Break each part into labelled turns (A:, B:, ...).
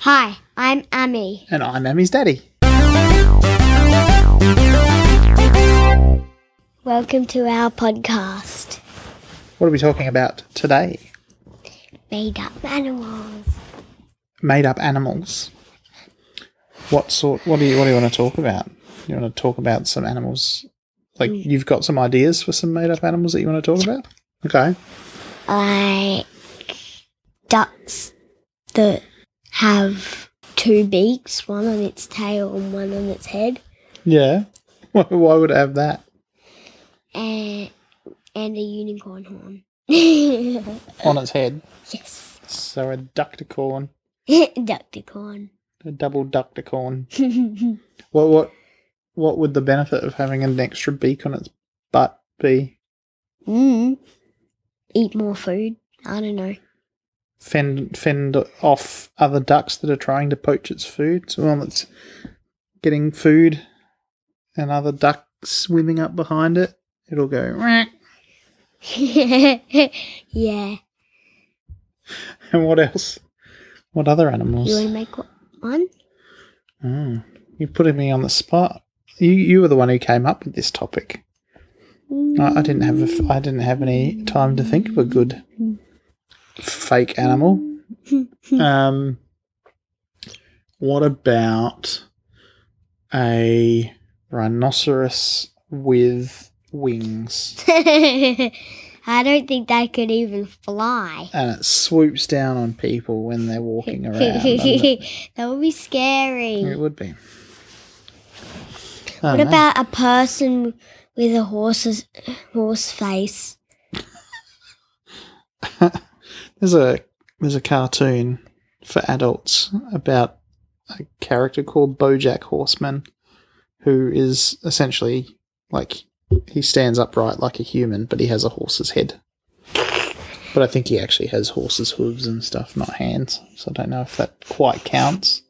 A: Hi, I'm Amy.
B: And I'm Emmy's daddy.
A: Welcome to our podcast,
B: What are we talking about today?
A: Made Up Animals.
B: Made up animals. What sort? What do you What do you want to talk about? You want to talk about some animals? Like you've got some ideas for some made up animals that you want to talk about? Okay.
A: Like ducks that have two beaks, one on its tail and one on its head,
B: Yeah. Why, why would I have that?
A: and, and a unicorn horn. yes.
B: on its head. So a ducticorn,
A: Ducticorn. Hmm.
B: a double ducticorn. What what what would the benefit of having an extra beak on its butt be?
A: mm. Eat more food. I don't know.
B: Fend fend off other ducks that are trying to poach its food. So one that's getting food, and other ducks swimming up behind it. It'll go. "Meow."
A: yeah.
B: And what else? What other animals?
A: You want to make one? one?
B: Mm. You're putting me on the spot. You you were the one who came up with this topic. I, I didn't have a f- I didn't have any time to think of a good fake animal. Um, what about a rhinoceros with wings
A: I don't think they could even fly.
B: and it swoops down on people when they're walking around? doesn't it?
A: that would be scary.
B: it would be.
A: What about a person with a horse's horse face?
B: There's a there's a cartoon for adults about a character called BoJack Horseman, who is essentially like he stands upright like a human, but he has a horse's head. But I think he actually has horse's hooves and stuff, not hands. So I don't know if that quite counts.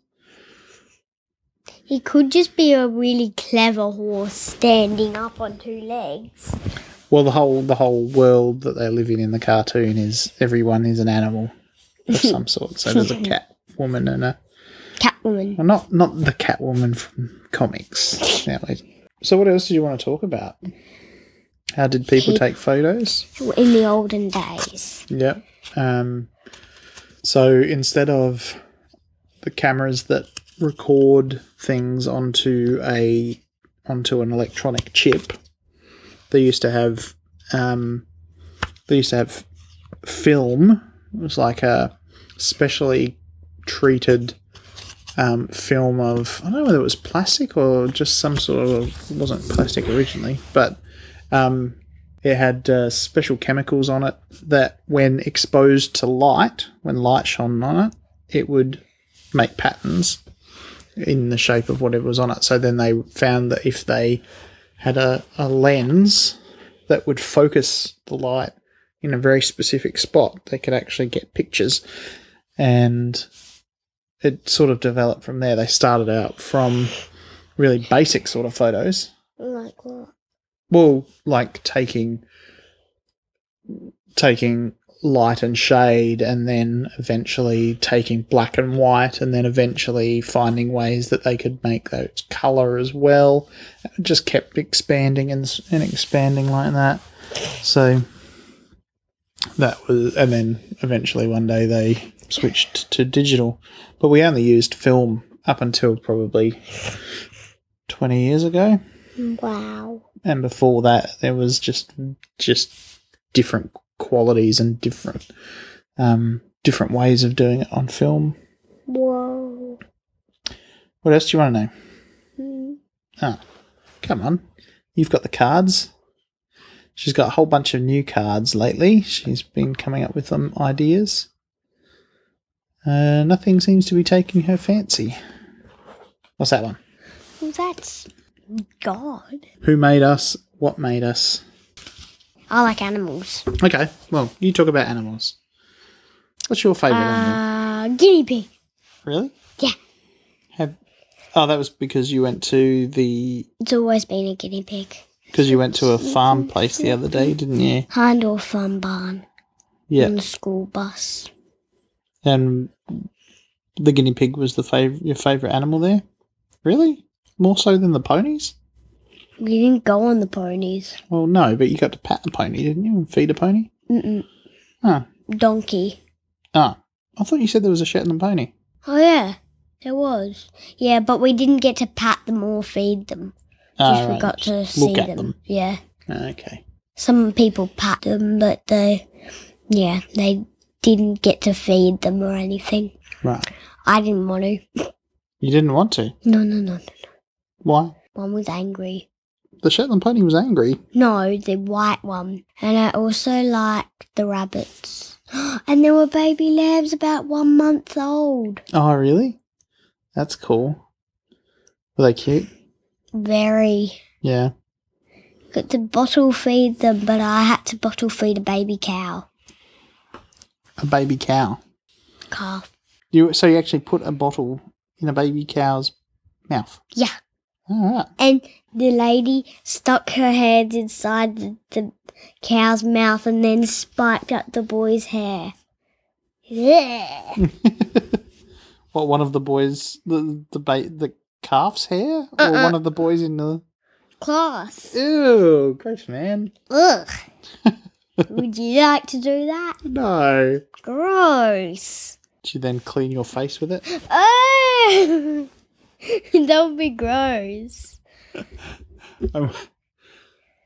A: He could just be a really clever horse standing up on two legs.
B: Well, the whole the whole world that they live in in the cartoon is everyone is an animal of some sort. So there's a cat woman and a
A: Catwoman.
B: Well, not not the Catwoman from comics. Now, it- So, what else did you want to talk about? How did people take photos?
A: In the olden days.
B: Yeah. Um, so instead of the cameras that record things onto a onto an electronic chip, they used to have um, they used to have film. It was like a specially treated um, film of I don't know whether it was plastic or just some sort of it wasn't plastic originally, but um, it had uh, special chemicals on it that, when exposed to light, when light shone on it, it would make patterns in the shape of whatever was on it. So then they found that if they had a, a lens that would focus the light in a very specific spot, they could actually get pictures. And it sort of developed from there. They started out from really basic sort of photos
A: Like what?
B: well like taking taking light and shade and then eventually taking black and white and then eventually finding ways that they could make those color as well it just kept expanding and, s- and expanding like that so that was and then eventually one day they switched to digital but we only used film up until probably 20 years ago
A: Wow.
B: and before that there was just just different qualities and different um, different ways of doing it on film.
A: Whoa.
B: What else do you want to know?
A: Hmm.
B: Come on, you've got the cards. She's got a whole bunch of new cards lately. She's been coming up with some ideas. Uh, nothing seems to be taking her fancy. What's that one?
A: Well, that's God.
B: Who made us? What made us?
A: I like animals.
B: Okay, well, you talk about animals. What's your favourite animal?
A: Uh, guinea pig.
B: Really?
A: Yeah.
B: Have oh, that was because you went to the
A: It's always been a guinea pig.
B: because you went to a farm place the other day, didn't you?
A: Handel Farm Barn
B: Yeah.
A: on the school bus.
B: And The guinea pig was the fav- your favorite animal there? Really? More so than the ponies?
A: We didn't go on the ponies.
B: Well, no, but you got to pat a pony, didn't you? And feed a pony?
A: Mm-mm.
B: Huh.
A: Donkey.
B: Ah, I thought you said there was a Shetland pony.
A: Oh, yeah. There was. Yeah, but we didn't get to pat them or feed them.
B: Ah,
A: just we
B: right.
A: got to see
B: at
A: them.
B: them.
A: Yeah.
B: Okay.
A: Some people pat them, but they, yeah, they didn't get to feed them or anything.
B: Right.
A: I didn't want to.
B: You didn't want to.
A: No, no, no. no.
B: Why?
A: One was angry.
B: The Shetland pony was angry.
A: No, the white one. And I also liked the rabbits. and there were baby lambs about one month old.
B: Oh, really? That's cool. Were they cute?
A: Very.
B: Yeah.
A: Got to bottle feed them, but I had to bottle feed a baby cow.
B: A baby cow.
A: Calf.
B: You so you actually put a bottle in a baby cow's mouth.
A: Yeah.
B: All right.
A: And the lady stuck her hand inside the, the cow's mouth and then spiked up the boy's hair. Yeah.
B: What one of the boys the the ba- the calf's hair or
A: Uh-uh.
B: one of the boys in the
A: Class.
B: Ew, gross man.
A: Ugh. Would you like to do that?
B: No.
A: Gross.
B: Did you then clean your face with it?
A: Oh, that would be gross.
B: Um,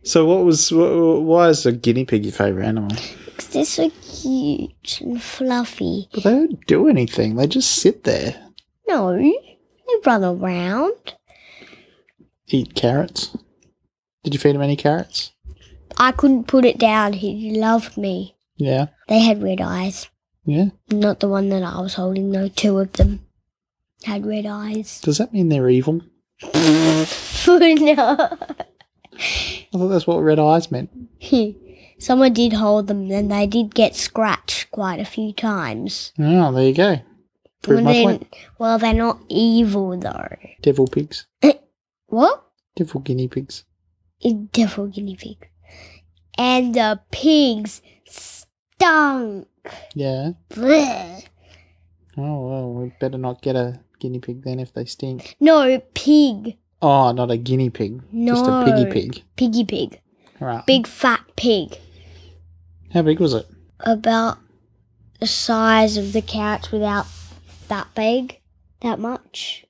B: so what was wh- wh- why is a guinea pig your favorite animal?
A: 'Cause they're so cute and fluffy.
B: But they don't do anything. They just sit there,
A: No, they run around.
B: eat carrots. Did you feed him any carrots?
A: I couldn't put it down. He loved me.
B: Yeah.
A: They had red eyes.
B: Yeah.
A: Not the one that I was holding, though. Two of them had red eyes. Oh,
B: Does that mean they're evil?
A: no.
B: I thought that's what red eyes meant.
A: Someone did hold them, and they did get scratched quite a few times.
B: Oh, there you go. Prove
A: Well,
B: my
A: they're-
B: point.
A: Well, they're not evil though.
B: Devil pigs.
A: What?
B: Devil guinea pigs.
A: A devil guinea pig. And the pigs stunk.
B: Yeah.
A: Blech.
B: Oh well, we better not get a guinea pig then if they stink.
A: No, pig.
B: Oh, not a guinea pig.
A: No.
B: Just a piggy pig.
A: Piggy pig.
B: Right.
A: Big fat pig.
B: How big was it?
A: About the size of the couch without that big. That much.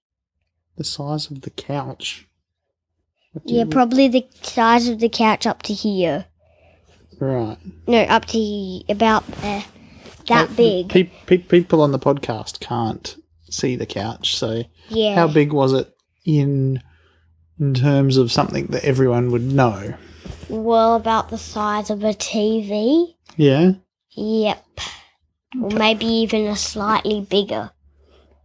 B: The size of the couch. What do
A: Yeah,
B: you-
A: probably the size of the couch up to here.
B: right.
A: No, up to he- about there. That
B: Uh,
A: big.
B: Pe- pe- people on the podcast can't see the couch, so
A: Yeah.
B: how big was it in in terms of something that everyone would know?
A: Well, about the size of a TV.
B: Yeah.
A: Yep. Or maybe even a slightly bigger.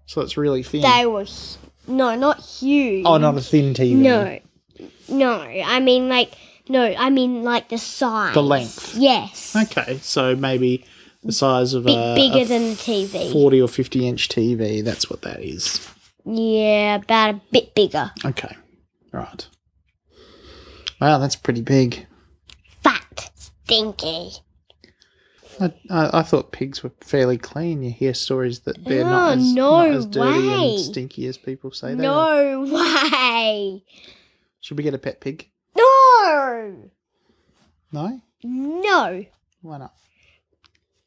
B: So it's really thin.
A: They were hu- no, not huge.
B: Hmm. Oh, not a thin TV.
A: no, no. I mean like no. I mean like the size.
B: The length.
A: Yes.
B: Okay, so maybe the size of
A: Bit
B: a
A: bigger
B: a
A: than a TV.
B: forty or fifty inch TV. That's what that is.
A: Yeah, about a bit bigger.
B: Okay, right. Wow, that's pretty big.
A: Fat, stinky.
B: I, I, I thought pigs were fairly clean. You hear stories that they're
A: Oh,
B: not, as,
A: no
B: not as dirty
A: way.
B: and stinky as people say they are.
A: No way.
B: Should we get a pet pig?
A: No.
B: No?
A: No.
B: Why not?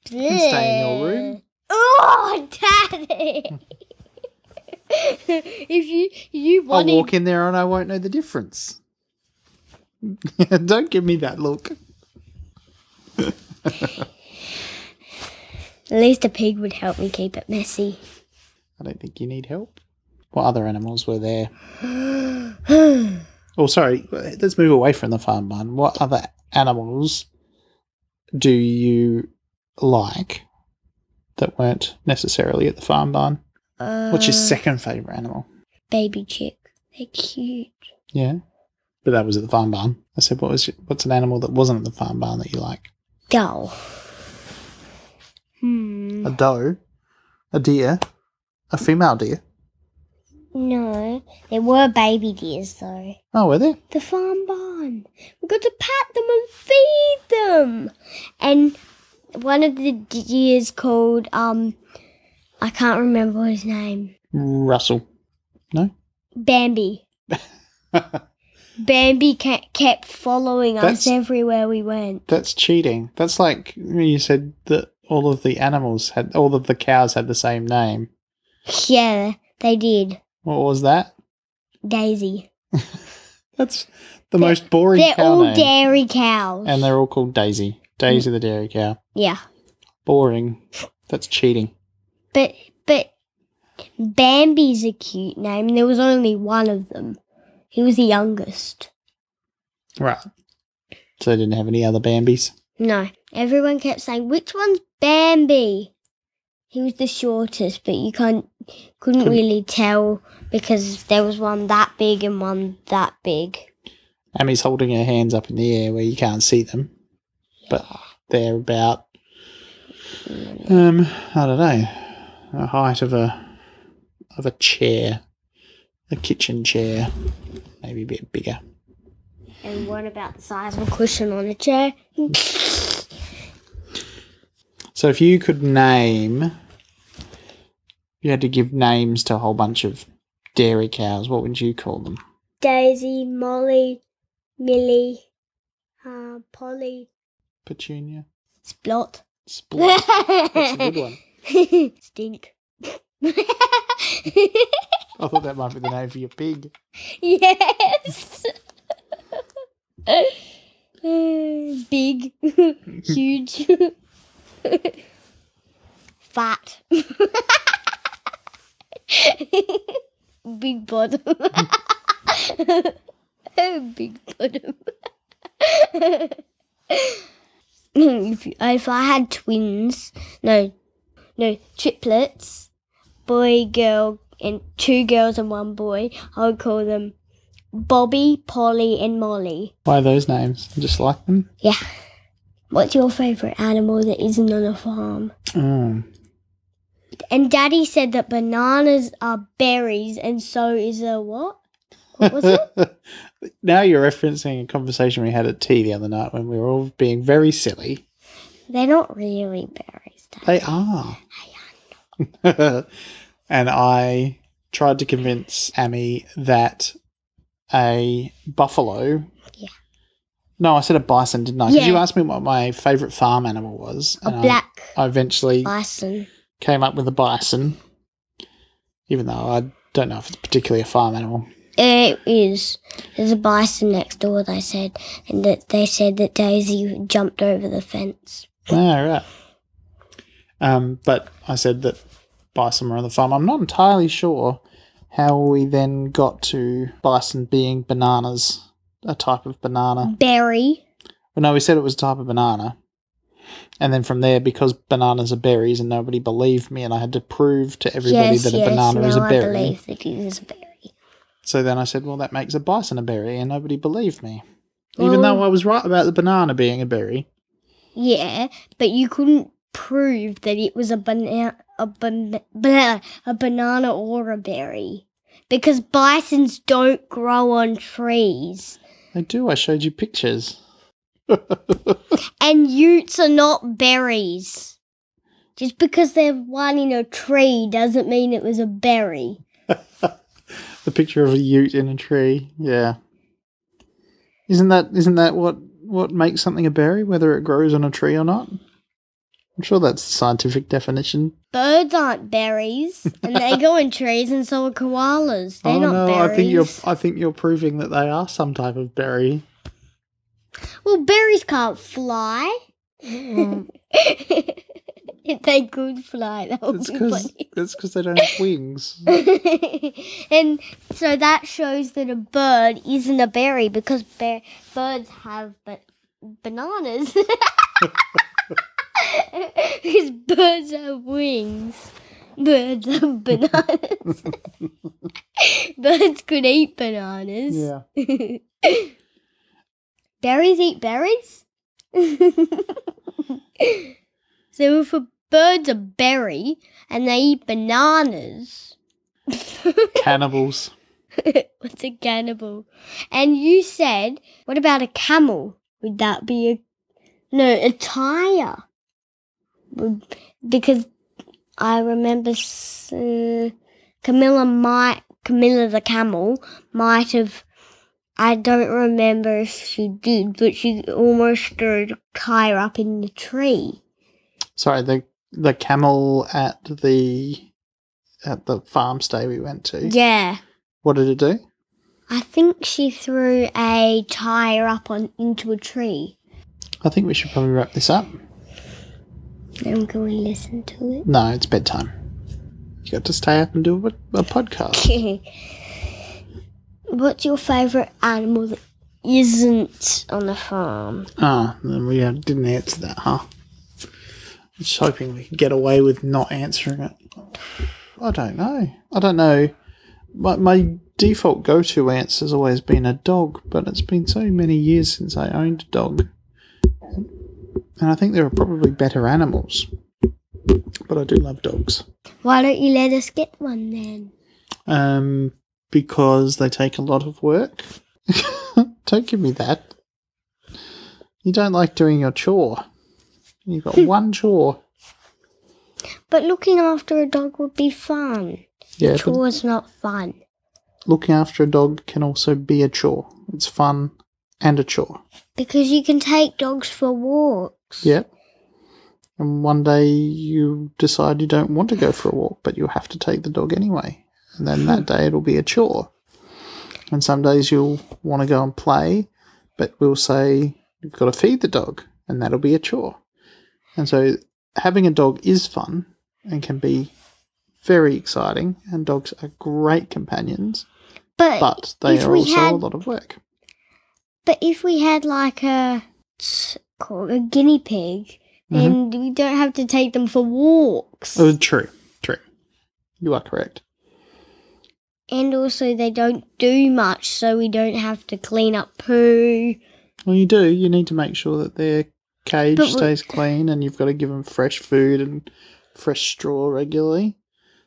B: can stay in your room.
A: Oh, Daddy! if you you
B: I'll
A: wanted,
B: walk in there and I won't know the difference. Don't give me that look.
A: at least a pig would help me keep it messy.
B: I don't think you need help. What other animals were there?
A: Did
B: Oh, sorry. Let's move away from the farm barn. What other animals do you like that weren't necessarily at the farm barn? What's your second favorite animal?
A: baby chick? They're cute.
B: Yeah, but that was at the farm barn. I said, what was your, what's an animal that wasn't at the farm barn that you like?
A: Dull. Hmm.
B: A doe, a deer, a female deer.
A: No, there were baby deers though.
B: Oh, were there?
A: The farm barn. We got to pat them and feed them. And one of the deers called um I can't remember his name.
B: Russell. No?
A: Bambi. Bambi ca- kept following us
B: That's-
A: everywhere we went.
B: That's cheating. That's like you said that all of the animals had, all of the cows had the same name.
A: Yeah, they did.
B: What was that?
A: Daisy.
B: That's the
A: They're-
B: most boring
A: They're
B: cow
A: all
B: name.
A: dairy cows.
B: and they're all called Daisy. Daisy the dairy cow.
A: yeah,
B: Boring. That's cheating.
A: but but Bambi's a cute name. There was only one of them. He was the youngest.
B: Right. So they didn't have any other Bambies.
A: No, everyone kept saying, "Which one's Bambi?" He was the shortest, but you can't couldn't
B: Couldn't-
A: really tell because there was one that big and one that big.
B: Amy's holding her hands up in the air where you can't see them, but they're about um I don't know the height of a of a chair, a kitchen chair, maybe a bit bigger.
A: And what about the size of a cushion on a chair?
B: So if you could name, you had to give names to a whole bunch of dairy cows. What would you call them?
A: Daisy, Molly, Millie, uh, Polly,
B: Petunia.
A: Splot.
B: Split. That's a good one.
A: Stink.
B: I thought that might be the name for your pig.
A: yes. Big, huge, fat, big bottom, big bottom. if, if I had twins, no, no triplets boy, girl, and two girls and one boy. I would call them Bobby, Polly, and Molly.
B: Why those names? I just like them.
A: What's your favourite animal that isn't on a farm?
B: Oh,
A: And Daddy said that bananas are berries, and so is a what? What was it?
B: now you're referencing a conversation we had at tea the other night when we were all being very silly.
A: They're not really berries. Dad.
B: They are. and I tried to convince Amy that a buffalo.
A: Yeah.
B: No, I said a bison, didn't I? Because you
A: Yeah.
B: asked me what my favourite farm animal was.
A: A
B: and I-
A: black
B: I eventually
A: bison.
B: came up with a bison, even though I don't know if it's particularly a farm animal.
A: It is. There's a bison next door. They said, and that they said that Daisy jumped over the fence.
B: All right. Um, but I said that bison were on the farm. I'm not entirely sure how we then got to bison being bananas, a type of banana.
A: Berry.
B: Well, no, we said it was a type of banana. And then from there, because bananas are berries and nobody believed me, and I had to prove to everybody
A: yes,
B: that a
A: yes.
B: banana
A: now
B: is a
A: I
B: berry.
A: believe that it is a berry.
B: So then I said, well, that makes a bison a berry, and nobody believed me. Even
A: Well-
B: though I was right about the banana being a berry.
A: Yeah, but you couldn't prove that it was a banana, a, ban- blah, a banana or a berry because bisons don't grow on trees,
B: I do, I showed you pictures.
A: and utes are not berries. Just because they're one in a tree doesn't mean it was a berry.
B: The picture of a ute in a tree. Yeah. Isn't that isn't that what what makes something a berry, whether it grows on a tree or not? I'm sure that's the scientific definition.
A: Birds aren't berries, and they go in trees, and so are koalas. They're
B: oh
A: not
B: no,
A: berries.
B: I think you're I think you're proving that they are some type of berry.
A: Well, berries can't fly. if they could fly, that would
B: It's
A: be
B: because
A: funny.
B: it's because they don't have wings.
A: and so that shows that a bird isn't a berry because bear, birds have ba- bananas. because birds have wings. Birds have bananas. birds could eat bananas.
B: Yeah.
A: berries eat berries? so if a bird's a berry and they eat bananas,
B: Cannibals.
A: what's a cannibal? And you said, what about a camel? Would that be a no a tire? Would- Because I remember s- uh, Camilla might Camilla the camel might have. I don't remember if she did, but she almost threw Kyra up in the tree.
B: Sorry, the the camel at the at the farm stay we went to.
A: Yeah,
B: What did it do?
A: I think she threw a tire up on into a tree.
B: I think we should probably wrap this up.
A: Then can we listen to
B: No, it's bedtime. You got to stay up and do a, a podcast.
A: it? What's your favourite animal that isn't on the farm?
B: Ah, then we uh, didn't answer that, huh? Just hoping we can get away with not answering it. I don't know. I don't know. My, my default go to answer has always been a dog, but it's been so many years since I owned a dog. And I think there are probably better animals. But I do love dogs.
A: Why don't you let us get one then?
B: Um, because they take a lot of work. don't give me that. You don't like doing your chore. You've got one chore.
A: But looking after a dog would be fun.
B: Yeah, but
A: Chores not fun.
B: looking after a dog can also be a chore. It's fun and a chore.
A: Because you can take dogs for walks.
B: Yep. And one day you decide you don't want to go for a walk, but you have to take the dog anyway. And then that day it'll be a chore. And some days you'll want to go and play, but we'll say you've got to feed the dog, and that'll be a chore. And so having a dog is fun and can be very exciting, and dogs are great companions,
A: But but,
B: but they
A: If
B: are
A: we
B: also a
A: had-
B: lot of work.
A: if we had like a it's called a guinea pig, then we don't have to take them for walks.
B: Mm-hmm. Oh, true, true. You are correct.
A: And also, they don't do much, so we don't have to clean up poo.
B: Well, you do. You need to make sure that their cage
A: But we-
B: stays clean, and you've got to give them fresh food and fresh straw regularly.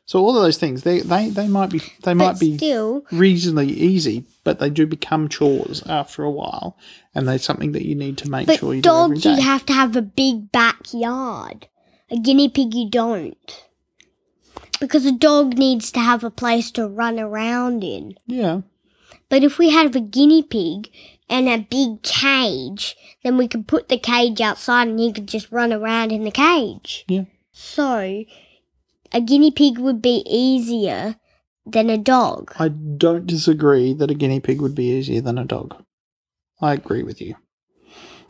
B: So all of those things, they they, they might be they
A: but
B: might be
A: still,
B: reasonably easy, but they do become chores after a while, and they're something that you need to make
A: but
B: sure you
A: dogs,
B: do
A: you
B: every day.
A: have to have a big backyard. A guinea pig, you don't. Because a dog needs to have a place to run around in.
B: yeah,
A: But if we have a guinea pig and a big cage, then we could put the cage outside and he could just run around in the cage.
B: yeah.
A: So, a guinea pig would be easier than a dog.
B: I don't disagree that a guinea pig would be easier than a dog. I agree with you.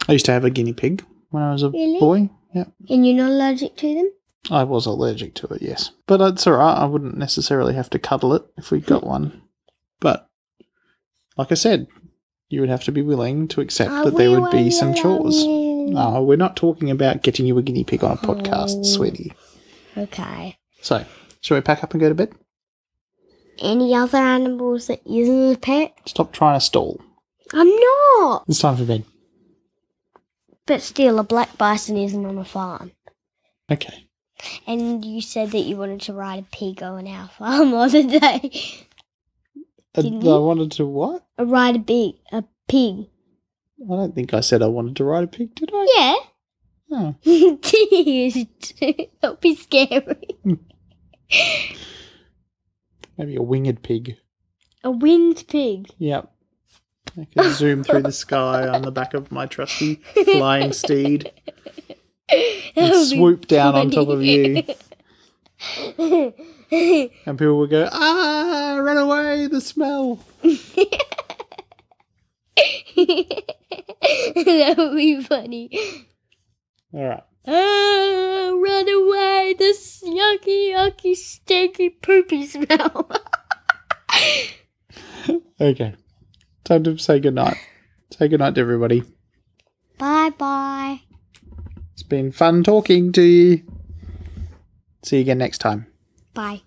B: I used to have a guinea pig when I was a
A: Really?
B: boy. Yeah.
A: And you're not allergic to them?
B: I was allergic to it, yes. But it's all right. I wouldn't necessarily have to cuddle it if we got one. But like I said, you would have to be willing to accept
A: I
B: that there would
A: will
B: be some
A: love
B: chores. Oh.
A: you.
B: No, we're not talking about getting you a guinea pig on a podcast,
A: Oh.
B: sweetie.
A: Okay.
B: So, shall we pack up and go to bed?
A: Any other animals that isn't a pet?
B: Stop trying to stall.
A: I'm not.
B: It's time for bed.
A: But still, a black bison isn't on a farm.
B: Okay.
A: And you said that you wanted to ride a pig on our farm the other day.
B: Uh,
A: Didn't
B: I
A: you?
B: wanted to what?
A: A ride a pig. A pig.
B: I don't think I said I wanted to ride a pig, did I?
A: Yeah.
B: No.
A: Dude, that'd be scary.
B: Maybe a winged pig.
A: A winged pig.
B: Yep. I can zoom through the sky on the back of my trusty flying steed and swoop down on top of you. And people will go, ah, run away, the smell.
A: that would be funny.
B: All right.
A: Oh, run away, this yucky, yucky, stinky, poopy smell.
B: Okay. Time to say goodnight. Say goodnight to everybody.
A: bye bye.
B: It's been fun talking to you. See you again next time.
A: Bye.